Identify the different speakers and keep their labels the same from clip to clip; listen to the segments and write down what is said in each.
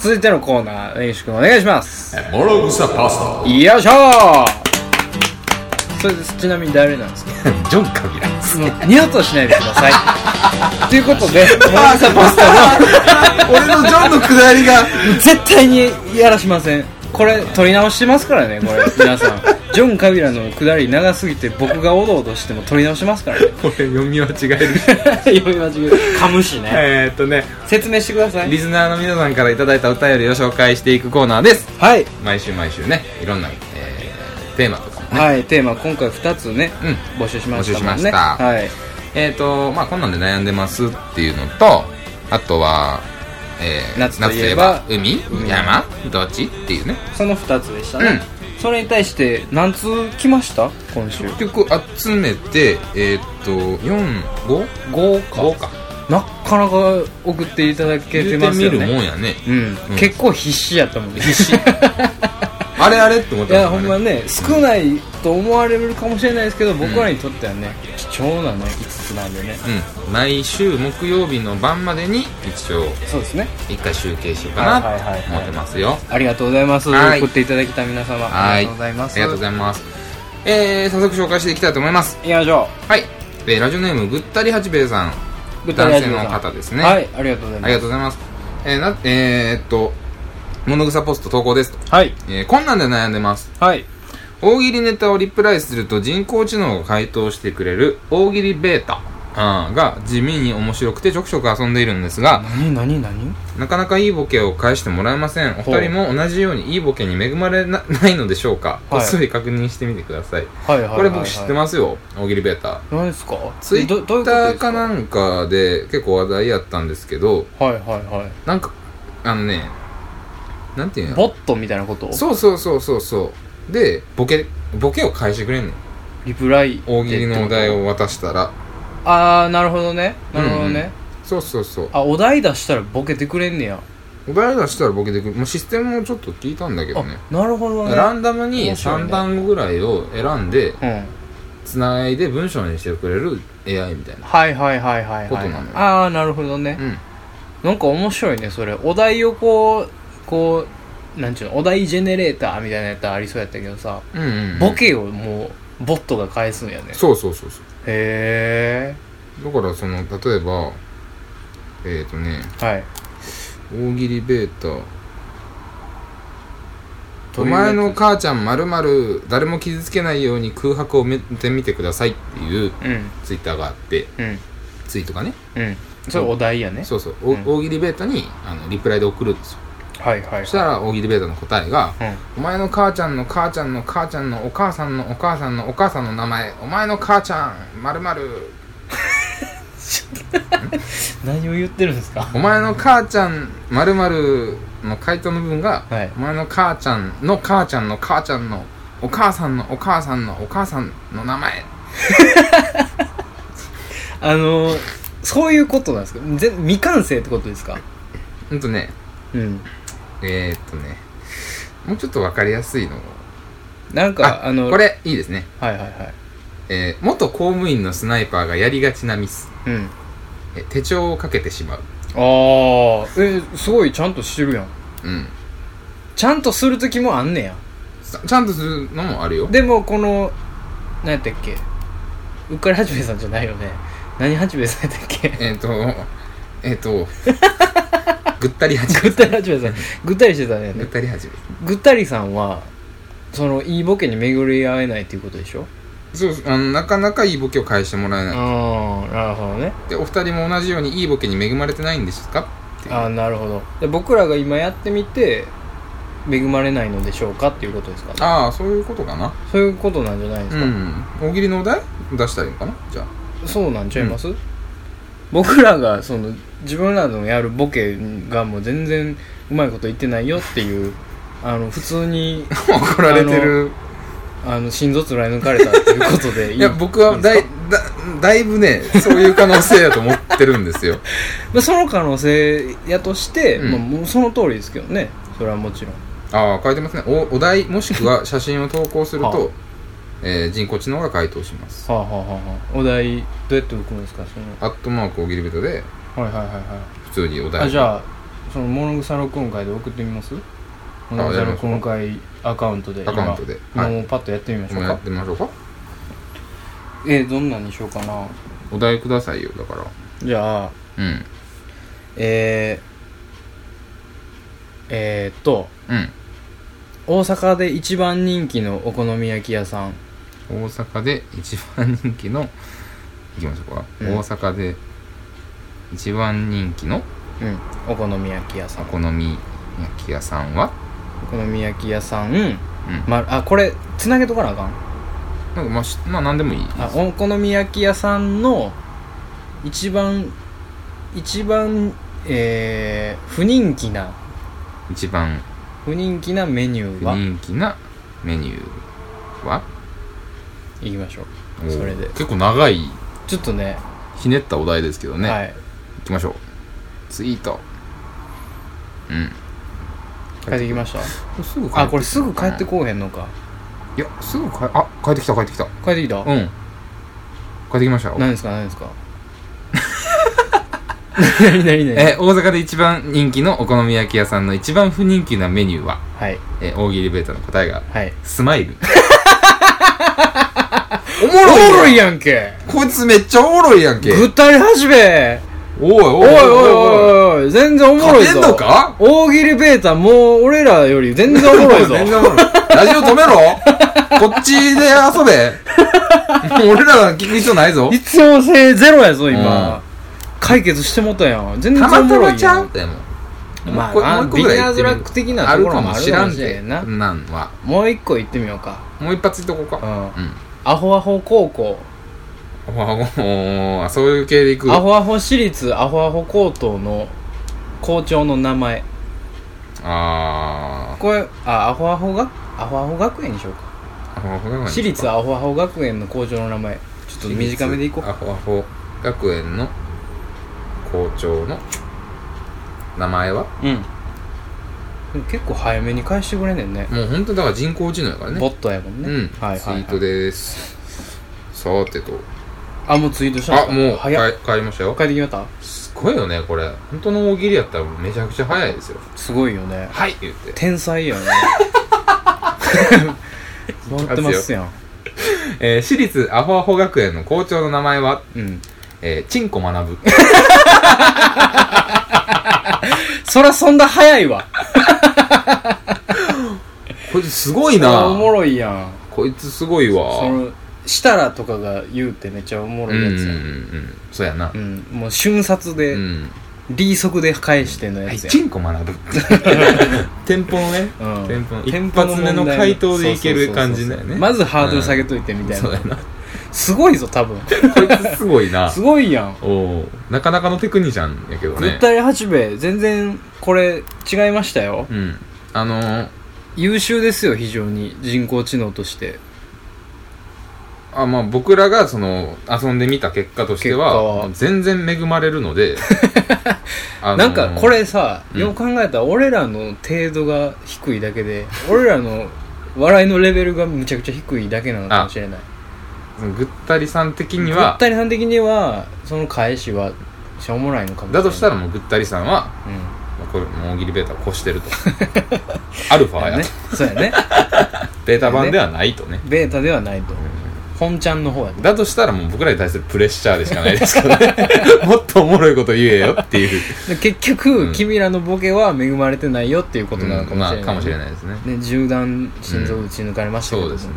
Speaker 1: 続いてのコーナー根岸君お願いします
Speaker 2: モログサパスタ
Speaker 1: よいしょそれですちなみに誰なんですか
Speaker 3: ジョンカビラで す
Speaker 1: もう二度としないでくだ さいということでモナサパスタの
Speaker 2: 俺のジョンのくだり が
Speaker 1: 絶対にやらしませんこれ撮り直してますからねこれ皆 さんジョン・カビラのくだり長すぎて僕がおどおどしても撮り直してますからね
Speaker 3: これ読み間違える
Speaker 1: 読み間違えかむしね
Speaker 3: えーっとね
Speaker 1: 説明してください
Speaker 3: リスナーの皆さんからいただいたお便りを紹介していくコーナーです
Speaker 1: はい、
Speaker 3: 毎週毎週ねいろんな、えーテーマとかもね、
Speaker 1: はい、テーマ今回2つね、
Speaker 3: うん
Speaker 1: 募集しましたもん
Speaker 3: 募
Speaker 1: ね
Speaker 3: 集しました
Speaker 1: はい
Speaker 3: えーとまあこんなんで悩んでますっていうのとあとは、えー
Speaker 1: 夏といえば
Speaker 3: 夏といえば海
Speaker 1: 海
Speaker 3: 山どっちっていうね
Speaker 1: その2つでしたね、それに対して何通来ました今週
Speaker 3: 結局集めてえっ、と45
Speaker 1: 5
Speaker 3: 5か
Speaker 1: なかなか送っていただけて
Speaker 3: 言う
Speaker 1: ます
Speaker 3: てみ
Speaker 1: よ
Speaker 3: る
Speaker 1: ね
Speaker 3: もんやね
Speaker 1: うん、
Speaker 3: うん
Speaker 1: 結構必死やったもんね
Speaker 3: 必死あれあれって思っ
Speaker 1: い
Speaker 3: て
Speaker 1: やほんまね
Speaker 3: ね
Speaker 1: 少ないと思われるかもしれないですけど僕らにとってはね、貴重なね5つなんでね
Speaker 3: うん毎週木曜日の晩までに一応
Speaker 1: そうですね
Speaker 3: 一回集計しようか
Speaker 1: はいはい
Speaker 3: な
Speaker 1: はい
Speaker 3: と
Speaker 1: はい
Speaker 3: 思ってますよ
Speaker 1: ありがとうございます、
Speaker 3: はい
Speaker 1: 送っていただきた皆様あ
Speaker 3: は
Speaker 1: り
Speaker 3: い
Speaker 1: がとうございます
Speaker 3: ありがとうございますえー、早速紹介していきたいと思います
Speaker 1: いきましょ
Speaker 3: はい、えーラジオネームぐったり八兵衛さ
Speaker 1: う
Speaker 3: ん
Speaker 1: 舞
Speaker 3: 男
Speaker 1: 台
Speaker 3: 性の方ですね、
Speaker 1: はいありがとうござい
Speaker 3: あ
Speaker 1: ます
Speaker 3: りがとうございますえーなえーっと「物草ポスト投稿です」と、
Speaker 1: はい
Speaker 3: えーこんなんで悩んでます
Speaker 1: はい
Speaker 3: 大喜利ネタをリプライすると人工知能が回答してくれる大喜利ベータあーが地味に面白くてちょくちょく遊んでいるんですが
Speaker 1: 何何何
Speaker 3: なかなかいいボケを返してもらえませんお
Speaker 1: ほう
Speaker 3: 二人も同じようにいいボケに恵まれなないのでしょうかこ
Speaker 1: はい
Speaker 3: っそり確認してみてください、
Speaker 1: はいはいはいはい
Speaker 3: これ僕知ってますよ大喜利ベータ
Speaker 1: 何ですか
Speaker 3: ツイッ
Speaker 1: どどういうこ
Speaker 3: タ
Speaker 1: とで
Speaker 3: ー
Speaker 1: す
Speaker 3: かなんかで結構話題やったんですけど
Speaker 1: はいはいは
Speaker 3: なんかあのねなんていう
Speaker 1: い
Speaker 3: の
Speaker 1: ボットみたいなこと
Speaker 3: そうそうそうそうそうでボケボケを返してくれんの
Speaker 1: リプライで
Speaker 3: 大喜利のお題
Speaker 1: って
Speaker 3: を渡した
Speaker 1: こ
Speaker 3: ら
Speaker 1: とああなるほどねなるほどね、
Speaker 3: そうそうそう
Speaker 1: あお題出したらボケてくれんねや、
Speaker 3: お題出したらボケてくるもうシステムもちょっと聞いたんだけどね
Speaker 1: あなるほどね
Speaker 3: ランダムに
Speaker 1: 面白いね
Speaker 3: 3単語ぐらいを選んで
Speaker 1: うん
Speaker 3: つないで文章にしてくれる AI みたいな
Speaker 1: はいはいはいはい
Speaker 3: こ
Speaker 1: は
Speaker 3: と
Speaker 1: い
Speaker 3: なのよ
Speaker 1: ああなるほどね
Speaker 3: う、ん
Speaker 1: なんか面白いねそれお題をこうこうなんちゅうのお題ジェネレーターみたいなやつありそうやったけどさ、
Speaker 3: うんうんうん
Speaker 1: ボケをもうボットが返すんやね
Speaker 3: そうそうそうそう
Speaker 1: へ
Speaker 3: だからその例えばえっ、ー、とね
Speaker 1: えはい
Speaker 3: 大喜利ベータお前の母ちゃんまるまる誰も傷つけないように空白を埋めてみてくださいっていう
Speaker 1: うん
Speaker 3: ツイッターがあって
Speaker 1: うん
Speaker 3: ツイートがね
Speaker 1: うんそれお題やね
Speaker 3: そうそう、お
Speaker 1: うん
Speaker 3: 大喜利ベータにあのリプライで送るんですよ
Speaker 1: はいはい
Speaker 3: そしたら大喜利ベータの答えが
Speaker 1: うん
Speaker 3: 「お前の母ちゃんの母ちゃんの母ちゃんのお母さんのお母さんのお母さんの名前お前の母ちゃんまるまる
Speaker 1: 何を言ってるんですか
Speaker 3: お前の母ちゃんまるまるの回答の部分が、
Speaker 1: はい
Speaker 3: お前の母ちゃんの母ちゃんの母ちゃんのお母さんのお母さんのお母さんの名前
Speaker 1: あのー、そういうことなんですかぜ未完成ってことですか
Speaker 3: うんとね
Speaker 1: うん
Speaker 3: えー、っとねもうちょっと分かりやすいのを
Speaker 1: なんか
Speaker 3: あ
Speaker 1: あの
Speaker 3: これいいですね、
Speaker 1: はいはいはい
Speaker 3: えー元公務員のスナイパーがやりがちなミス
Speaker 1: うん
Speaker 3: えー手帳をかけてしまう
Speaker 1: ああえすごいちゃんとしてるやん
Speaker 3: うん
Speaker 1: ちゃんとする時もあんねや
Speaker 3: さちゃんとするのもあるよ
Speaker 1: でもこの何やったっけうっかりはじめさんじゃないよね何はじめさんやったっ け
Speaker 3: えー、っとえー、っ とぐったり始め
Speaker 1: ぐったりはじめさんぐったりしてたね
Speaker 3: ぐったり始め
Speaker 1: ぐったりさんはそのいいボケに巡り合えないっていうことでしょ
Speaker 3: そうそうあのなかなかいいボケを返してもらえない
Speaker 1: ああなるほどね
Speaker 3: でお二人も同じようにいいボケに恵まれてないんですかっていう
Speaker 1: ああなるほどで僕らが今やってみて恵まれないのでしょうかっていうことですかね
Speaker 3: ああそういうことかな
Speaker 1: そういうことなんじゃないです
Speaker 3: う
Speaker 1: か、
Speaker 3: ん大喜利のお題出したらいいのかなじゃあ
Speaker 1: そうなんちゃいます、僕らがその自分らのやるボケがもう全然うまいこと言ってないよっていうあの普通 に
Speaker 3: 怒られてる
Speaker 1: あの心臓つらい抜かれたっていうことでいい
Speaker 3: いや僕はだいだだいぶねそういう可能性やと思ってるんですよ
Speaker 1: まあ、その可能性やとして、
Speaker 3: うん
Speaker 1: まあ、もうその通りですけどねそれはもちろん
Speaker 3: ああ書いてますねおお題もしくは写真を投稿する
Speaker 1: はあ
Speaker 3: と、えー人工知能が回答します
Speaker 1: はあはあはあはあお題どうやって送るんですかその
Speaker 3: アットマーク大喜利ベタで
Speaker 1: はいはいはいはい
Speaker 3: 普通にお
Speaker 1: あ
Speaker 3: 題
Speaker 1: じゃあそのモノグサ録音会で送ってみますモノグサ録音会アカウントで
Speaker 3: アカウントで
Speaker 1: 今、
Speaker 3: はい
Speaker 1: もうパッとやってみましょ
Speaker 3: も
Speaker 1: う
Speaker 3: う
Speaker 1: か
Speaker 3: やってみましょうか
Speaker 1: えーどんなんにしようかな
Speaker 3: お題くださいよだから
Speaker 1: じゃあ
Speaker 3: うん
Speaker 1: えー、えー、っと
Speaker 3: う
Speaker 1: 大阪で一番人気のお好み焼き屋さん
Speaker 3: ん大阪で一番人気のいきましょうか、
Speaker 1: うん
Speaker 3: 大阪で一番人気の
Speaker 1: うんお好み焼き屋さ
Speaker 3: お
Speaker 1: ん
Speaker 3: 好み焼き屋さんは
Speaker 1: お好み焼き屋さん、
Speaker 3: うん
Speaker 1: ま、あこれつなげとかなあかん
Speaker 3: なんかまあしまあ何でもいいです
Speaker 1: あお好み焼き屋さんの一番一番えー、不人気な
Speaker 3: 一番
Speaker 1: 不人気なメニューは
Speaker 3: 人気なメニューはい
Speaker 1: きましょう
Speaker 3: おー
Speaker 1: それで
Speaker 3: 結構長い
Speaker 1: ちょっとね
Speaker 3: ひねったお題ですけどね、、
Speaker 1: はいい
Speaker 3: きましょうツイートうん
Speaker 1: 帰ってきました
Speaker 3: すぐ
Speaker 1: あこれすぐ帰って
Speaker 3: こ
Speaker 1: こうへんのか
Speaker 3: いやすぐ帰あ帰ってきた帰ってきた
Speaker 1: 帰ってきた
Speaker 3: うん帰ってきましたよ
Speaker 1: 何ですか何です か何何何
Speaker 3: えー大阪で一番人気のお好み焼き屋さんの一番不人気なメニューは、
Speaker 1: はい
Speaker 3: えー大喜利ベータの答えが
Speaker 1: はい
Speaker 3: スマイル
Speaker 1: おもろいおもろいやんけ
Speaker 3: こいつめっちゃおもろいやんけ
Speaker 1: ぐったりはじべ
Speaker 3: おいおい
Speaker 1: お
Speaker 3: お
Speaker 1: いおい
Speaker 3: い
Speaker 1: おいおい全然おもろいぞ
Speaker 3: 勝てんのか
Speaker 1: 大喜利ベータもう俺らより全然おもろいぞ
Speaker 3: 全然おもろいラジオ止めろこっちで遊べ もう俺らが聞く必要ないぞ
Speaker 1: 必要性ゼロやぞ
Speaker 3: うん
Speaker 1: 今解決してもたやん全然
Speaker 3: た
Speaker 1: おもろ
Speaker 3: ま
Speaker 1: い
Speaker 3: た
Speaker 1: やん
Speaker 3: まちゃうでも
Speaker 1: まあ
Speaker 3: これ
Speaker 1: まあビギナーズラック的な
Speaker 3: あ
Speaker 1: と
Speaker 3: る
Speaker 1: こ
Speaker 3: か
Speaker 1: ろも
Speaker 3: も
Speaker 1: ある
Speaker 3: 知
Speaker 1: からも
Speaker 3: ん
Speaker 1: しれ
Speaker 3: け
Speaker 1: んな
Speaker 3: なんは
Speaker 1: もう一個言ってみようか
Speaker 3: もう一発いっとこう
Speaker 1: うん
Speaker 3: かうん
Speaker 1: アホアホ高校
Speaker 3: おはおあそういう系でいく
Speaker 1: アホアホ私立アホアホ高等の校長の名前
Speaker 3: あ
Speaker 1: これあアホアホがアホアホ学園にしようか
Speaker 3: ーアホアホ学園
Speaker 1: 私立アホアホ学園の校長の名前ちょっと短めでいこうか
Speaker 3: アホアホ学園の校長の名前は
Speaker 1: うんでも結構早めに返してくれんねんね
Speaker 3: もう本当だから人工知能やからね
Speaker 1: ボットやもんね、
Speaker 3: うん、
Speaker 1: はい
Speaker 3: ツイ
Speaker 1: はい、
Speaker 3: ート
Speaker 1: はい、
Speaker 3: ですさてと
Speaker 1: あもうツイートしたんです
Speaker 3: あ
Speaker 1: か
Speaker 3: もう帰
Speaker 1: 早っ
Speaker 3: 帰りましたよ
Speaker 1: 帰ってきました
Speaker 3: すごいよねこれ本当の大喜利やったらめちゃくちゃ早いですよ
Speaker 1: すごいよね
Speaker 3: はい言って
Speaker 1: 天才 やね回ってますやん
Speaker 3: えー私立アホアホ学園の校長の名前は、
Speaker 1: うん
Speaker 3: えー、チンコ学 ぶ。
Speaker 1: そらそんな早いわ
Speaker 3: こいつすごい
Speaker 1: おもろいやん
Speaker 3: こいつすごいわ。
Speaker 1: そのしたらとかが言うってめっちゃおも
Speaker 3: う
Speaker 1: ろ
Speaker 3: ん
Speaker 1: い
Speaker 3: うんうん
Speaker 1: やつやん、
Speaker 3: うん。そうやな
Speaker 1: う。んもう瞬殺
Speaker 3: う
Speaker 1: で、
Speaker 3: ん。
Speaker 1: 利息で返しての
Speaker 3: は
Speaker 1: や
Speaker 3: い、
Speaker 1: つや
Speaker 3: チンコ 学ぶ。店舗のね。
Speaker 1: ん、うん
Speaker 3: テンポの
Speaker 1: テンポ問題
Speaker 3: 一発目の回答でいける感じ
Speaker 1: そうそ
Speaker 3: だよね
Speaker 1: うそうそうまずハードル下げといてみたいな、
Speaker 3: そうやな。
Speaker 1: すごいぞ多分
Speaker 3: こいつすごいな
Speaker 1: す。ごいやん
Speaker 3: おおーなかなかのテクニシャンやけどね
Speaker 1: 絶。対八兵衛全然これ違いましたよ
Speaker 3: うん。あのー、
Speaker 1: 優秀ですよ非常に人工知能として
Speaker 3: あまあ、僕らがその遊んでみた結果として
Speaker 1: 結果
Speaker 3: は
Speaker 1: は
Speaker 3: 全然恵まれるの で、あのー
Speaker 1: なんかこれさ、
Speaker 3: うん
Speaker 1: よう考えたら俺らの程度が低いだけで俺らの笑いのレベルがむちゃくちゃ低いだけなのかもしれない
Speaker 3: そのぐったりさん的に
Speaker 1: ぐっ
Speaker 3: は
Speaker 1: たりさん的にはその返しはしょうもないのかもしれな
Speaker 3: だ
Speaker 1: い
Speaker 3: としたらもうぐったりさんは
Speaker 1: う
Speaker 3: これもう大喜利ベータを越して るとアルファ
Speaker 1: ん
Speaker 3: や、
Speaker 1: ね
Speaker 3: と
Speaker 1: そうやね
Speaker 3: ベータ版ではないとね
Speaker 1: ベータではないと本ちゃんの方やと
Speaker 3: だとしたらもう僕らに対するプレッシャーでしかないで すからねもっとおもろいこと言えよっていう
Speaker 1: で結局、君らのボケは恵まれてないよっていうことなのかもしれない、
Speaker 3: まあかもしれないですね
Speaker 1: ね銃弾心臓打ち抜かれましたけ
Speaker 3: そ
Speaker 1: ど、
Speaker 3: うですね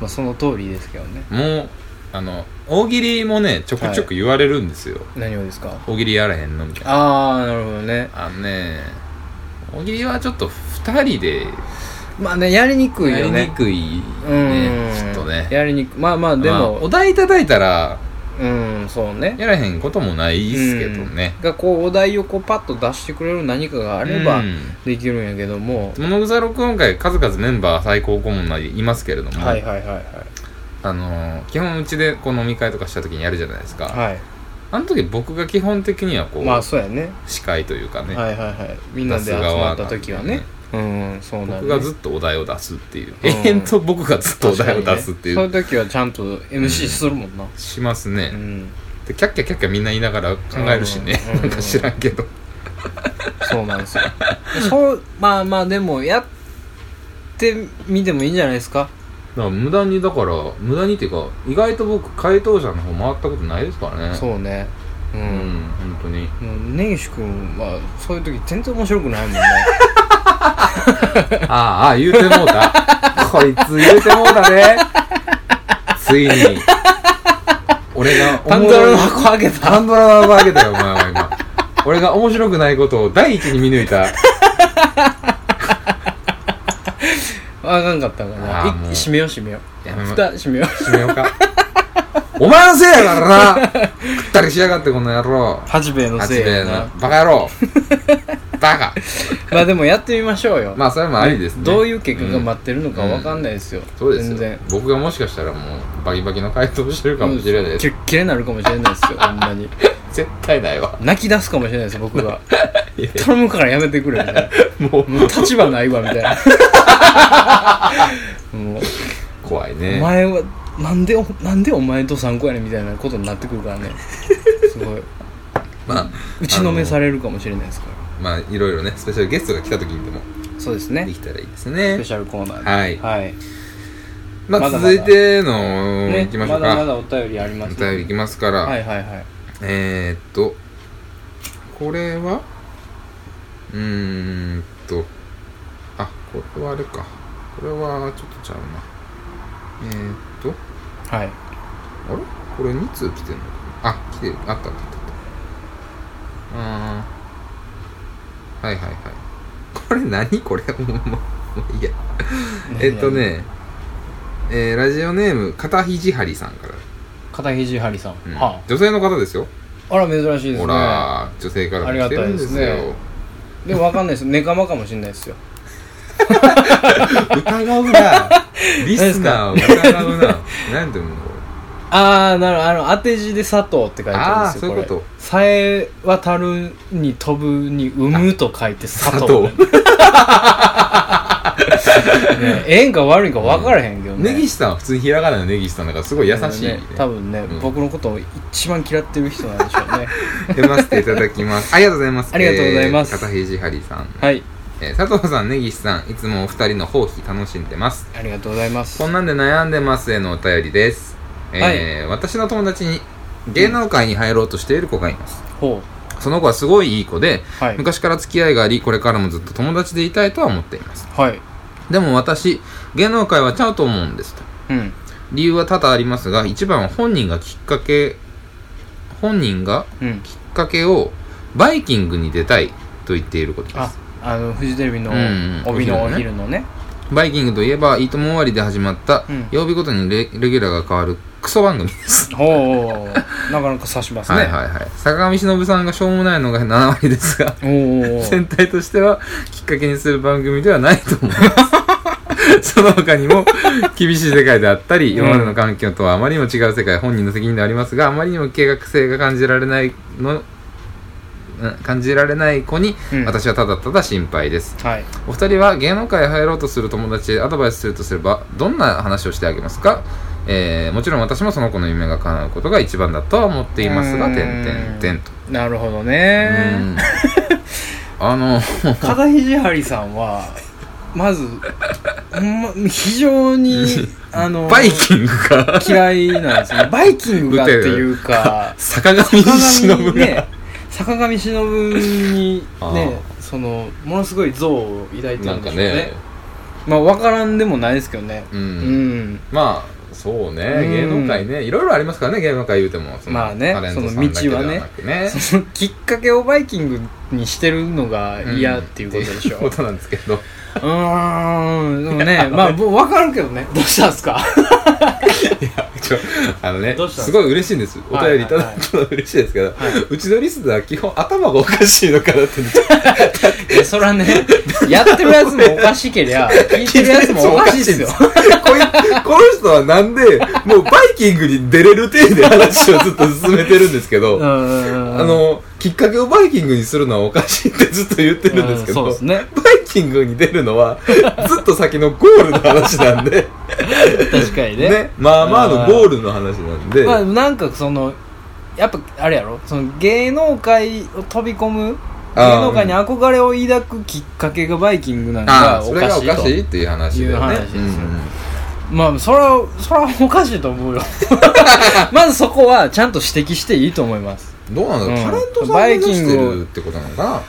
Speaker 1: まあ、その通りですけどね
Speaker 3: もうあの大喜利もねちょくちょく言われるんですよ、
Speaker 1: 何をですか
Speaker 3: 大喜利やらへんのみたいな
Speaker 1: ああなるほどね
Speaker 3: あのね大喜利はちょっと2人で
Speaker 1: まあねやりにくい
Speaker 3: や
Speaker 1: よ
Speaker 3: りに
Speaker 1: ね
Speaker 3: くいね
Speaker 1: うん
Speaker 3: きっとね
Speaker 1: やりにくまあまあで
Speaker 3: まあ
Speaker 1: も、
Speaker 3: お題いただいたら
Speaker 1: うんそうね
Speaker 3: やらへんこともないですけどね、
Speaker 1: うんがこうお題をこうパッと出してくれる何かがあれば
Speaker 3: うん
Speaker 1: できるんやけども、
Speaker 3: 物草録音会数々メンバー最高顧問なりいますけれども、
Speaker 1: はいはいはいはい
Speaker 3: あのー基本うちでこう飲み会とかした時にやるじゃないですか、
Speaker 1: はい
Speaker 3: あの時僕が基本的にはこう、
Speaker 1: まあそうやね
Speaker 3: 司会というかね、
Speaker 1: はいはいはいみんなで集まった時はね
Speaker 3: 出す
Speaker 1: うんそうなんだ
Speaker 3: 僕がずっとお題を出すっていう、永遠と僕がずっとお題を出すってい
Speaker 1: そう
Speaker 3: う、
Speaker 1: いう時はちゃんと MC するもんな
Speaker 3: しますね、
Speaker 1: うん
Speaker 3: でキャッキャキャッキャみんな言いながら考えるしね、
Speaker 1: うん
Speaker 3: なんか知らんけど、
Speaker 1: そうなんですよ そうまあまあでもやってみてもいいんじゃないですか
Speaker 3: だから無駄にだから無駄にっていうか意外と僕回答者の方回ったことないですからねう
Speaker 1: そうねう
Speaker 3: うん
Speaker 1: ん、
Speaker 3: 本当に
Speaker 1: うん、根岸君はそういう時全然面白く ないもんね
Speaker 3: ああああ言うてもう たこいつ言うてもうたねついに俺が
Speaker 1: パンドラの箱開けた
Speaker 3: パンドラの箱開けたよお前は今俺が面白くないことを第一に見抜いた
Speaker 1: あかんかったか
Speaker 3: あ
Speaker 1: ら
Speaker 3: ーもう
Speaker 1: 閉めよう閉めよう
Speaker 3: やめま
Speaker 1: 蓋閉めよう
Speaker 3: 締めようかお前のせいやからな食ったりしやがってこの野郎
Speaker 1: 八兵衛の
Speaker 3: 八
Speaker 1: せい
Speaker 3: 兵衛
Speaker 1: や
Speaker 3: の
Speaker 1: な
Speaker 3: バカ野郎バカ
Speaker 1: まあでもやってみましょうよ、
Speaker 3: まあそれもありですね
Speaker 1: どういう結果が待ってるのかわかんないですよ、
Speaker 3: そうです
Speaker 1: 全
Speaker 3: よ
Speaker 1: 然
Speaker 3: 僕がもしかしたらもうバキバキの回答してるかもしれないです
Speaker 1: キレッキレになるかもしれないですよほんま に
Speaker 3: 絶対ないわ
Speaker 1: 泣き出すかもしれないです僕が
Speaker 3: いや
Speaker 1: 頼むからやめてくれみたいな
Speaker 3: もう
Speaker 1: もう立場ないわみたい なもう
Speaker 3: 怖い
Speaker 1: お
Speaker 3: ね
Speaker 1: 前はなんでおなんでお前と参考やねんみたいなことになってくるからねすごい
Speaker 3: まあ
Speaker 1: 打ちのめさ
Speaker 3: れ
Speaker 1: れるかもしれないですから
Speaker 3: まあいろいろねスペシャルゲストが来た時にでも
Speaker 1: そうです
Speaker 3: で
Speaker 1: ね
Speaker 3: きたらいいです
Speaker 1: スペ
Speaker 3: ね
Speaker 1: シャルコーナーで
Speaker 3: はい
Speaker 1: はい
Speaker 3: ま
Speaker 1: ま
Speaker 3: あ
Speaker 1: だまだ
Speaker 3: 続いての
Speaker 1: ね
Speaker 3: 行きましょう
Speaker 1: まだま
Speaker 3: か
Speaker 1: だお便りあり
Speaker 3: お
Speaker 1: ますね
Speaker 3: 便りいきますか
Speaker 1: は
Speaker 3: ら
Speaker 1: いはいはい
Speaker 3: えーっとこれはうーんとあこれはあれかこれはちょっとちゃうなえーっと
Speaker 1: はい
Speaker 3: あれこれ2通来てんのかなあ来てるあったあったあったあったうーんはいはいはいこれ何これもうもういいやえっとねえーラジオネーム片肘張りさんから、
Speaker 1: 片肘張りさん、
Speaker 3: うん
Speaker 1: は
Speaker 3: 女性の方ですよ
Speaker 1: あ、あら珍しいで
Speaker 3: ほ
Speaker 1: すね
Speaker 3: ら女性からも来てるんです
Speaker 1: ありがたい
Speaker 3: よ
Speaker 1: でもわかんないですネカマかもしれないですよ
Speaker 3: 疑う なリスナーを疑うな何ていうのこ
Speaker 1: ああなるほどあの当て字で佐藤って書いてあるんですよ
Speaker 3: あーそういうこと
Speaker 1: れさえ渡るに飛ぶに産むと書いて佐藤
Speaker 3: 佐藤
Speaker 1: ねええんか悪いんか分からへんけどね、
Speaker 3: れ根岸さんは普通にひらがなの根岸さんだからすごい優しい、ね
Speaker 1: ね、多分ね、
Speaker 3: うん
Speaker 1: 僕のことを一番嫌ってる人なんでしょ うね
Speaker 3: 読ませていただきます ありがとうございます
Speaker 1: ありがとうございます
Speaker 3: えー片肘張りさん、
Speaker 1: はい
Speaker 3: えー佐藤さん根岸さんいつもお二人の放棄楽しんでます
Speaker 1: ありがとうございます
Speaker 3: こんなんで悩んでますへのお便りです、えー
Speaker 1: はい
Speaker 3: 私の友達に芸能界に入ろうとしている子がいます、
Speaker 1: ほ
Speaker 3: その子はすごいいい子で、
Speaker 1: うはい
Speaker 3: 昔から付き合いがありこれからもずっと友達でいたいとは思っています
Speaker 1: はい
Speaker 3: でも私芸能界はちゃうと思うんですと
Speaker 1: うん
Speaker 3: 理由は多々ありますが一番は本人がきっかけ本人が
Speaker 1: うん
Speaker 3: きっかけをバイキングに出たいと言っていることで
Speaker 1: あ
Speaker 3: す
Speaker 1: あのフジテレビの
Speaker 3: うんうん
Speaker 1: 帯の
Speaker 3: お
Speaker 1: お
Speaker 3: 昼
Speaker 1: 昼のね,、
Speaker 3: バイキングといえば「いいとも終わり」で始まった、
Speaker 1: うん
Speaker 3: 曜日ごとにレレギュラーが変わるクソ番組です、
Speaker 1: ほうほ うほうなかなか刺しますね、
Speaker 3: はいはいはい坂上忍さんがしょうもないのが7割ですが
Speaker 1: おーおー
Speaker 3: 全体としてはきっかけにする番組ではないと思います。その他にも厳しい世界であったり、今までの環境とはあまりにも違う世界、本人の責任ではありますが、あまりにも計画性が感じられないの、うん感じられない子に、
Speaker 1: うん
Speaker 3: 私はただただ心配です。
Speaker 1: はい
Speaker 3: お二人は芸能界へ入ろうとする友達へアドバイスするとすれば、どんな話をしてあげますかえーもちろん私もその子の夢が叶うことが一番だとは思っていますが、
Speaker 1: うーん
Speaker 3: てんてんてんと。
Speaker 1: なるほど
Speaker 3: う
Speaker 1: ね
Speaker 3: んあの、
Speaker 1: 片肘張りさんはまず、ほんま、非常 にあの
Speaker 3: バイキングか
Speaker 1: 嫌いなんですねバイキングがっていうか
Speaker 3: 坂上
Speaker 1: 坂
Speaker 3: 忍
Speaker 1: 上
Speaker 3: が、
Speaker 1: ね坂上忍に
Speaker 3: あ
Speaker 1: ね
Speaker 3: ー
Speaker 1: そのものすごい憎悪を抱いて
Speaker 3: な
Speaker 1: る
Speaker 3: ん
Speaker 1: んで
Speaker 3: か
Speaker 1: しょう
Speaker 3: ね
Speaker 1: ねまあ分からんでもないですけどね
Speaker 3: うん、
Speaker 1: うん、
Speaker 3: まあそうね、
Speaker 1: うん
Speaker 3: 芸能界ねいろいろありますからね芸能界言うてもその
Speaker 1: まあね
Speaker 3: タレントさんだけではなくね
Speaker 1: そのきっかけをバイキングにしてるのが嫌っていうことでしょ
Speaker 3: っていうことなんですけど
Speaker 1: うーんでも ねまあ僕分かるけどねどうしたんすか
Speaker 3: ちょあのね
Speaker 1: どうした
Speaker 3: すごい嬉しいんですお
Speaker 1: はい
Speaker 3: 便りいただいたの嬉しいですけど、
Speaker 1: はいう
Speaker 3: ちのリスナーは基本頭がおかしいのかなって
Speaker 1: いやそらね やってるやつもおかしけり ゃ聞いてるやつもおかしいですよ
Speaker 3: こいこの人はなんでもうバイキングに出れる程度で話をずっと進めてるんですけど、あ
Speaker 1: あ
Speaker 3: の、きっかけをバイキングにするのはおかしいってずっと言ってるんですけど、
Speaker 1: そうですね
Speaker 3: バイキングに出るの は、ずっと先のゴールの話なんで、
Speaker 1: 確かにね
Speaker 3: ね、まあまあのゴールの話なんで、
Speaker 1: まあなんかそのやっぱあれやろその芸能界を飛び込む
Speaker 3: あー
Speaker 1: 芸能界に憧れを抱くきっかけがバイキングなん
Speaker 3: あ
Speaker 1: か
Speaker 3: あ
Speaker 1: お
Speaker 3: それがおか
Speaker 1: か
Speaker 3: し
Speaker 1: しい
Speaker 3: いっていう話だ
Speaker 1: いう
Speaker 3: よ
Speaker 1: 話
Speaker 3: ね
Speaker 1: です
Speaker 3: う
Speaker 1: よ
Speaker 3: ん
Speaker 1: とまあそれはそれはおかしいと思う よまずそこはちゃんと指摘していいと思います
Speaker 3: うんどうなんだろう、
Speaker 1: うん
Speaker 3: タレントさん
Speaker 1: バ
Speaker 3: 目
Speaker 1: イ
Speaker 3: 指
Speaker 1: キン
Speaker 3: し
Speaker 1: グ
Speaker 3: て
Speaker 1: を
Speaker 3: るってことなのかな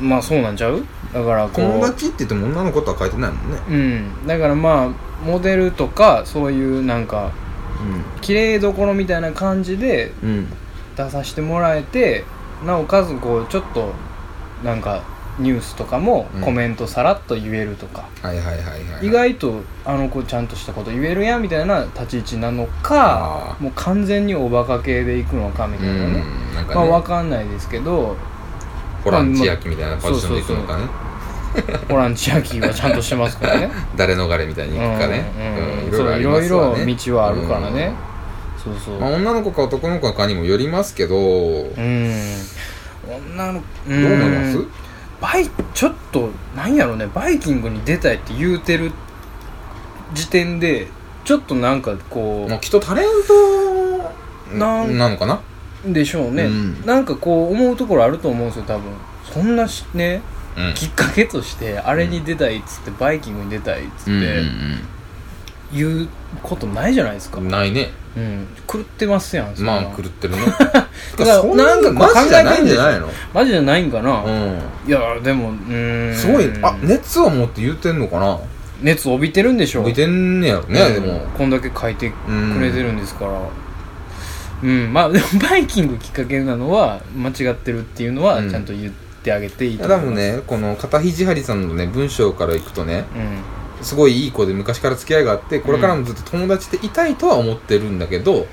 Speaker 1: まあそうなんちゃうだからこ
Speaker 3: 友
Speaker 1: う
Speaker 3: 達って言っても女の子とは書いてないもんね
Speaker 1: うんだからまあモデルとかそういうなんか綺麗どころみたいな感じで
Speaker 3: うんうん
Speaker 1: 出させてもらえてなおかつこうちょっとなんかニュースとかも
Speaker 3: うん
Speaker 1: コメントさらっと言えるとか、
Speaker 3: はいはいはいはい
Speaker 1: 意外とあの子ちゃんとしたこと言えるやんみたいな立ち位置なのか
Speaker 3: あ
Speaker 1: もう完全におバカ系でいくのかみ
Speaker 3: う
Speaker 1: たいなね、
Speaker 3: んなんかね、
Speaker 1: まあわかんないですけど
Speaker 3: ホラン千秋みたいなポジションでいくのかね
Speaker 1: ホラン千秋はちゃんとしてますからね
Speaker 3: 誰逃れみ たいにいくかね
Speaker 1: うんうん
Speaker 3: うん
Speaker 1: そうい
Speaker 3: あ
Speaker 1: ろ
Speaker 3: り
Speaker 1: い
Speaker 3: ますわ
Speaker 1: ろ
Speaker 3: ね
Speaker 1: 道はあるからね、そうそう、
Speaker 3: うんまあ、女の子か男の子かにもよりますけどどう
Speaker 1: うん女のど
Speaker 3: 思います
Speaker 1: バイちょっとなんやろねバイキングに出たいって言うてる時点でちょっとなんかこ
Speaker 3: まあきっとタレント
Speaker 1: な
Speaker 3: なんなのかな
Speaker 1: うでしょうね、
Speaker 3: うん
Speaker 1: なんかこう思うところあると思うんですよ多分そんなしね
Speaker 3: うん
Speaker 1: きっかけとしてあれに出たいっつってバイキングに出たいっつっ
Speaker 3: うん
Speaker 1: て言うことないじゃないですか、
Speaker 3: う
Speaker 1: うんん
Speaker 3: ないね
Speaker 1: 狂ってますやんそんな
Speaker 3: まあ狂ってる ね
Speaker 1: だから
Speaker 3: そんな
Speaker 1: なんか
Speaker 3: んマ
Speaker 1: こう
Speaker 3: ジじゃないんじゃ
Speaker 1: 考
Speaker 3: ないの
Speaker 1: マジじゃないんかな、
Speaker 3: う
Speaker 1: いやでもうーん
Speaker 3: んすごいあ熱を持って言うてんのかな
Speaker 1: 熱帯びてるんでしょう
Speaker 3: 向いてんねやろね
Speaker 1: うん
Speaker 3: でも
Speaker 1: こんだけ書いてくれてるんですからうん、まあでも バイキングきっかけなのは間違ってるっていうのは
Speaker 3: うん
Speaker 1: ちゃんと言ってあげていい
Speaker 3: い
Speaker 1: と
Speaker 3: や
Speaker 1: 思
Speaker 3: で
Speaker 1: います
Speaker 3: もねこの片肘張りさんのね文章からいくとね
Speaker 1: うん
Speaker 3: すごいいい子で昔から付き合いがあってこれからもずっと友達でいたいとは思ってるんだけど